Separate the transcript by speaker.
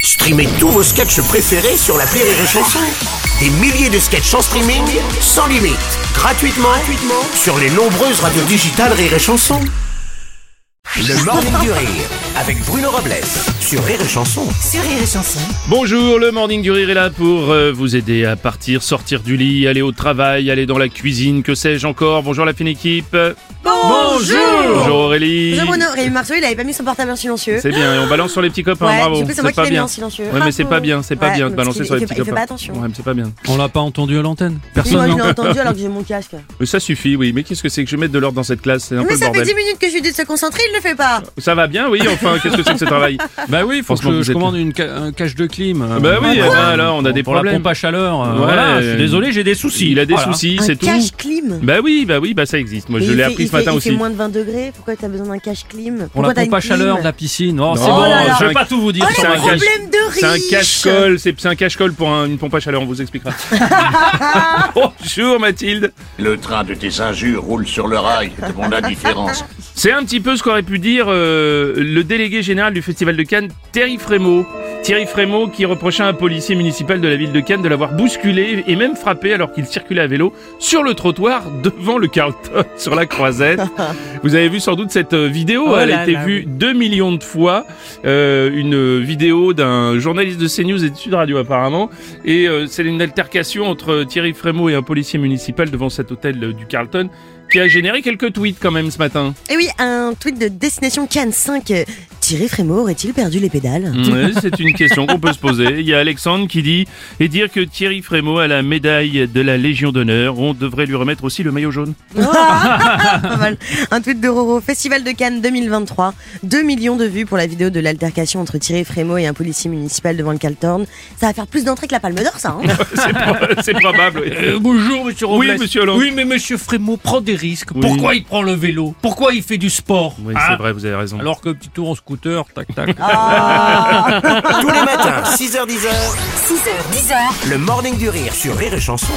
Speaker 1: Streamez tous vos sketchs préférés sur la Rire et Chanson. Des milliers de sketchs en streaming, sans limite, gratuitement, gratuitement sur les nombreuses radios digitales Rire et Chanson. Le Morning du Rire avec Bruno Robles sur Rire et Chanson.
Speaker 2: sur Rire et Chanson.
Speaker 3: Bonjour, le Morning du Rire est là pour euh, vous aider à partir, sortir du lit, aller au travail, aller dans la cuisine, que sais-je encore. Bonjour la fine équipe. Bonjour Aurélie.
Speaker 4: Bonjour Bruno, Rémi Marceau, il avait pas mis son portable en silencieux.
Speaker 3: C'est bien, et on balance sur les petits copains,
Speaker 4: Ouais,
Speaker 3: bravo.
Speaker 4: du coup, c'est moi
Speaker 3: C'est
Speaker 4: qui
Speaker 3: pas
Speaker 4: l'ai mis
Speaker 3: bien.
Speaker 4: en silencieux.
Speaker 3: Ouais, mais c'est pas bien, c'est pas
Speaker 4: Ouais,
Speaker 3: bien de
Speaker 4: parce
Speaker 3: balancer
Speaker 4: qu'il-
Speaker 3: sur les
Speaker 4: il
Speaker 3: petits
Speaker 4: fait- il fait
Speaker 3: copains.
Speaker 4: pas attention.
Speaker 3: Ouais, mais c'est pas bien.
Speaker 5: On l'a pas entendu à l'antenne.
Speaker 4: Oui, moi
Speaker 5: Personne
Speaker 4: je l'ai
Speaker 5: n'a
Speaker 4: entendu alors que j'ai mon casque.
Speaker 3: Mais ça suffit, oui. Mais qu'est-ce que c'est que je mets de l'ordre dans cette classe C'est un peu
Speaker 4: Mais
Speaker 3: le
Speaker 4: ça fait
Speaker 3: bordel.
Speaker 4: 10 minutes que je lui dis de se concentrer, il le fait pas.
Speaker 3: Ça va bien, oui, enfin, qu'est-ce que c'est que ce travail
Speaker 5: Bah oui, faut que
Speaker 3: Franchement,
Speaker 5: je,
Speaker 3: vous
Speaker 5: je
Speaker 3: êtes-
Speaker 5: commande une ca- un cache de clim. euh,
Speaker 3: Bah oui,
Speaker 5: pour-
Speaker 3: eh ben alors, on a des
Speaker 5: pour
Speaker 3: problèmes.
Speaker 5: la pompe à chaleur. euh,
Speaker 3: Ouais,
Speaker 5: voilà, je suis
Speaker 3: euh,
Speaker 5: désolé, j'ai des soucis.
Speaker 3: Il a des
Speaker 5: Voilà.
Speaker 3: soucis,
Speaker 4: Un
Speaker 3: c'est tout.
Speaker 4: cache clim.
Speaker 3: Bah oui, bah oui, bah ça existe. Moi,
Speaker 4: Mais
Speaker 3: je
Speaker 4: il
Speaker 3: l'ai
Speaker 4: fait-
Speaker 3: appris
Speaker 4: il
Speaker 3: ce matin
Speaker 4: fait- Il
Speaker 3: aussi.
Speaker 4: fait moins de 20 degrés, pourquoi t'as besoin d'un cache clim
Speaker 5: Pour
Speaker 4: Pourquoi
Speaker 5: la
Speaker 4: t'as
Speaker 5: pompe à
Speaker 4: une clim
Speaker 5: chaleur de la piscine.
Speaker 3: Non.
Speaker 5: Oh, c'est
Speaker 3: Oh
Speaker 5: bon,
Speaker 3: là là.
Speaker 5: je vais pas tout vous dire.
Speaker 4: Oh
Speaker 3: C'est
Speaker 4: le
Speaker 3: un cache-
Speaker 4: problème de riche
Speaker 3: C'est un cache-colle, c'est c'est un cache-colle pour un- une pompe à chaleur, on vous expliquera. Bonjour Mathilde.
Speaker 6: Le train de tes injures roule sur le rail de mon indifférence.
Speaker 3: C'est un petit peu ce qu'aurait pu dire euh, le délégué général du Festival de Cannes, Thierry Frémaux. Thierry Frémaux qui reprochait à un policier municipal de la ville de Cannes de l'avoir bousculé et même frappé alors qu'il circulait à vélo sur le trottoir devant le Carlton sur la croisette. Vous avez vu sans doute cette euh, vidéo,
Speaker 2: Oh
Speaker 3: elle a
Speaker 2: là
Speaker 3: été
Speaker 2: là,
Speaker 3: vue 2 millions de fois. Euh, une euh, vidéo d'un journaliste de CNews et de Sud Radio apparemment. Et euh, c'est une altercation entre euh, Thierry Frémaux et un policier municipal devant cet hôtel euh, du Carlton qui a généré quelques tweets quand même ce matin.
Speaker 4: Et oui, un tweet de Destination Cannes 5. euh, Thierry Frémaux aurait-il perdu les pédales
Speaker 3: Ouais, c'est une question qu'on peut se poser. Il y a Alexandre qui dit et dire que Thierry Frémaux a la médaille de la Légion d'honneur, on devrait lui remettre aussi le maillot jaune.
Speaker 4: Pas mal. Un tweet de Roro, Festival de Cannes 2023. 2 millions de vues pour la vidéo de l'altercation entre Thierry Frémaux et un policier municipal devant le Caltorn. Ça va faire plus d'entrées que la Palme d'Or, ça. hein.
Speaker 3: C'est pro- c'est probable. oui.
Speaker 5: Euh, bonjour, monsieur
Speaker 3: Oui, Robles. monsieur Hollande. Oui,
Speaker 5: mais monsieur Frémaux prend des risques.
Speaker 3: Pourquoi
Speaker 5: il prend le vélo Pourquoi il fait du sport
Speaker 3: Oui, c'est vrai, vous avez raison.
Speaker 5: Alors que petit tour en scooter, tac tac.
Speaker 1: Tous les matins, 6h10,
Speaker 2: 6h, 10h,
Speaker 1: le Morning du Rire sur Rire et Chanson.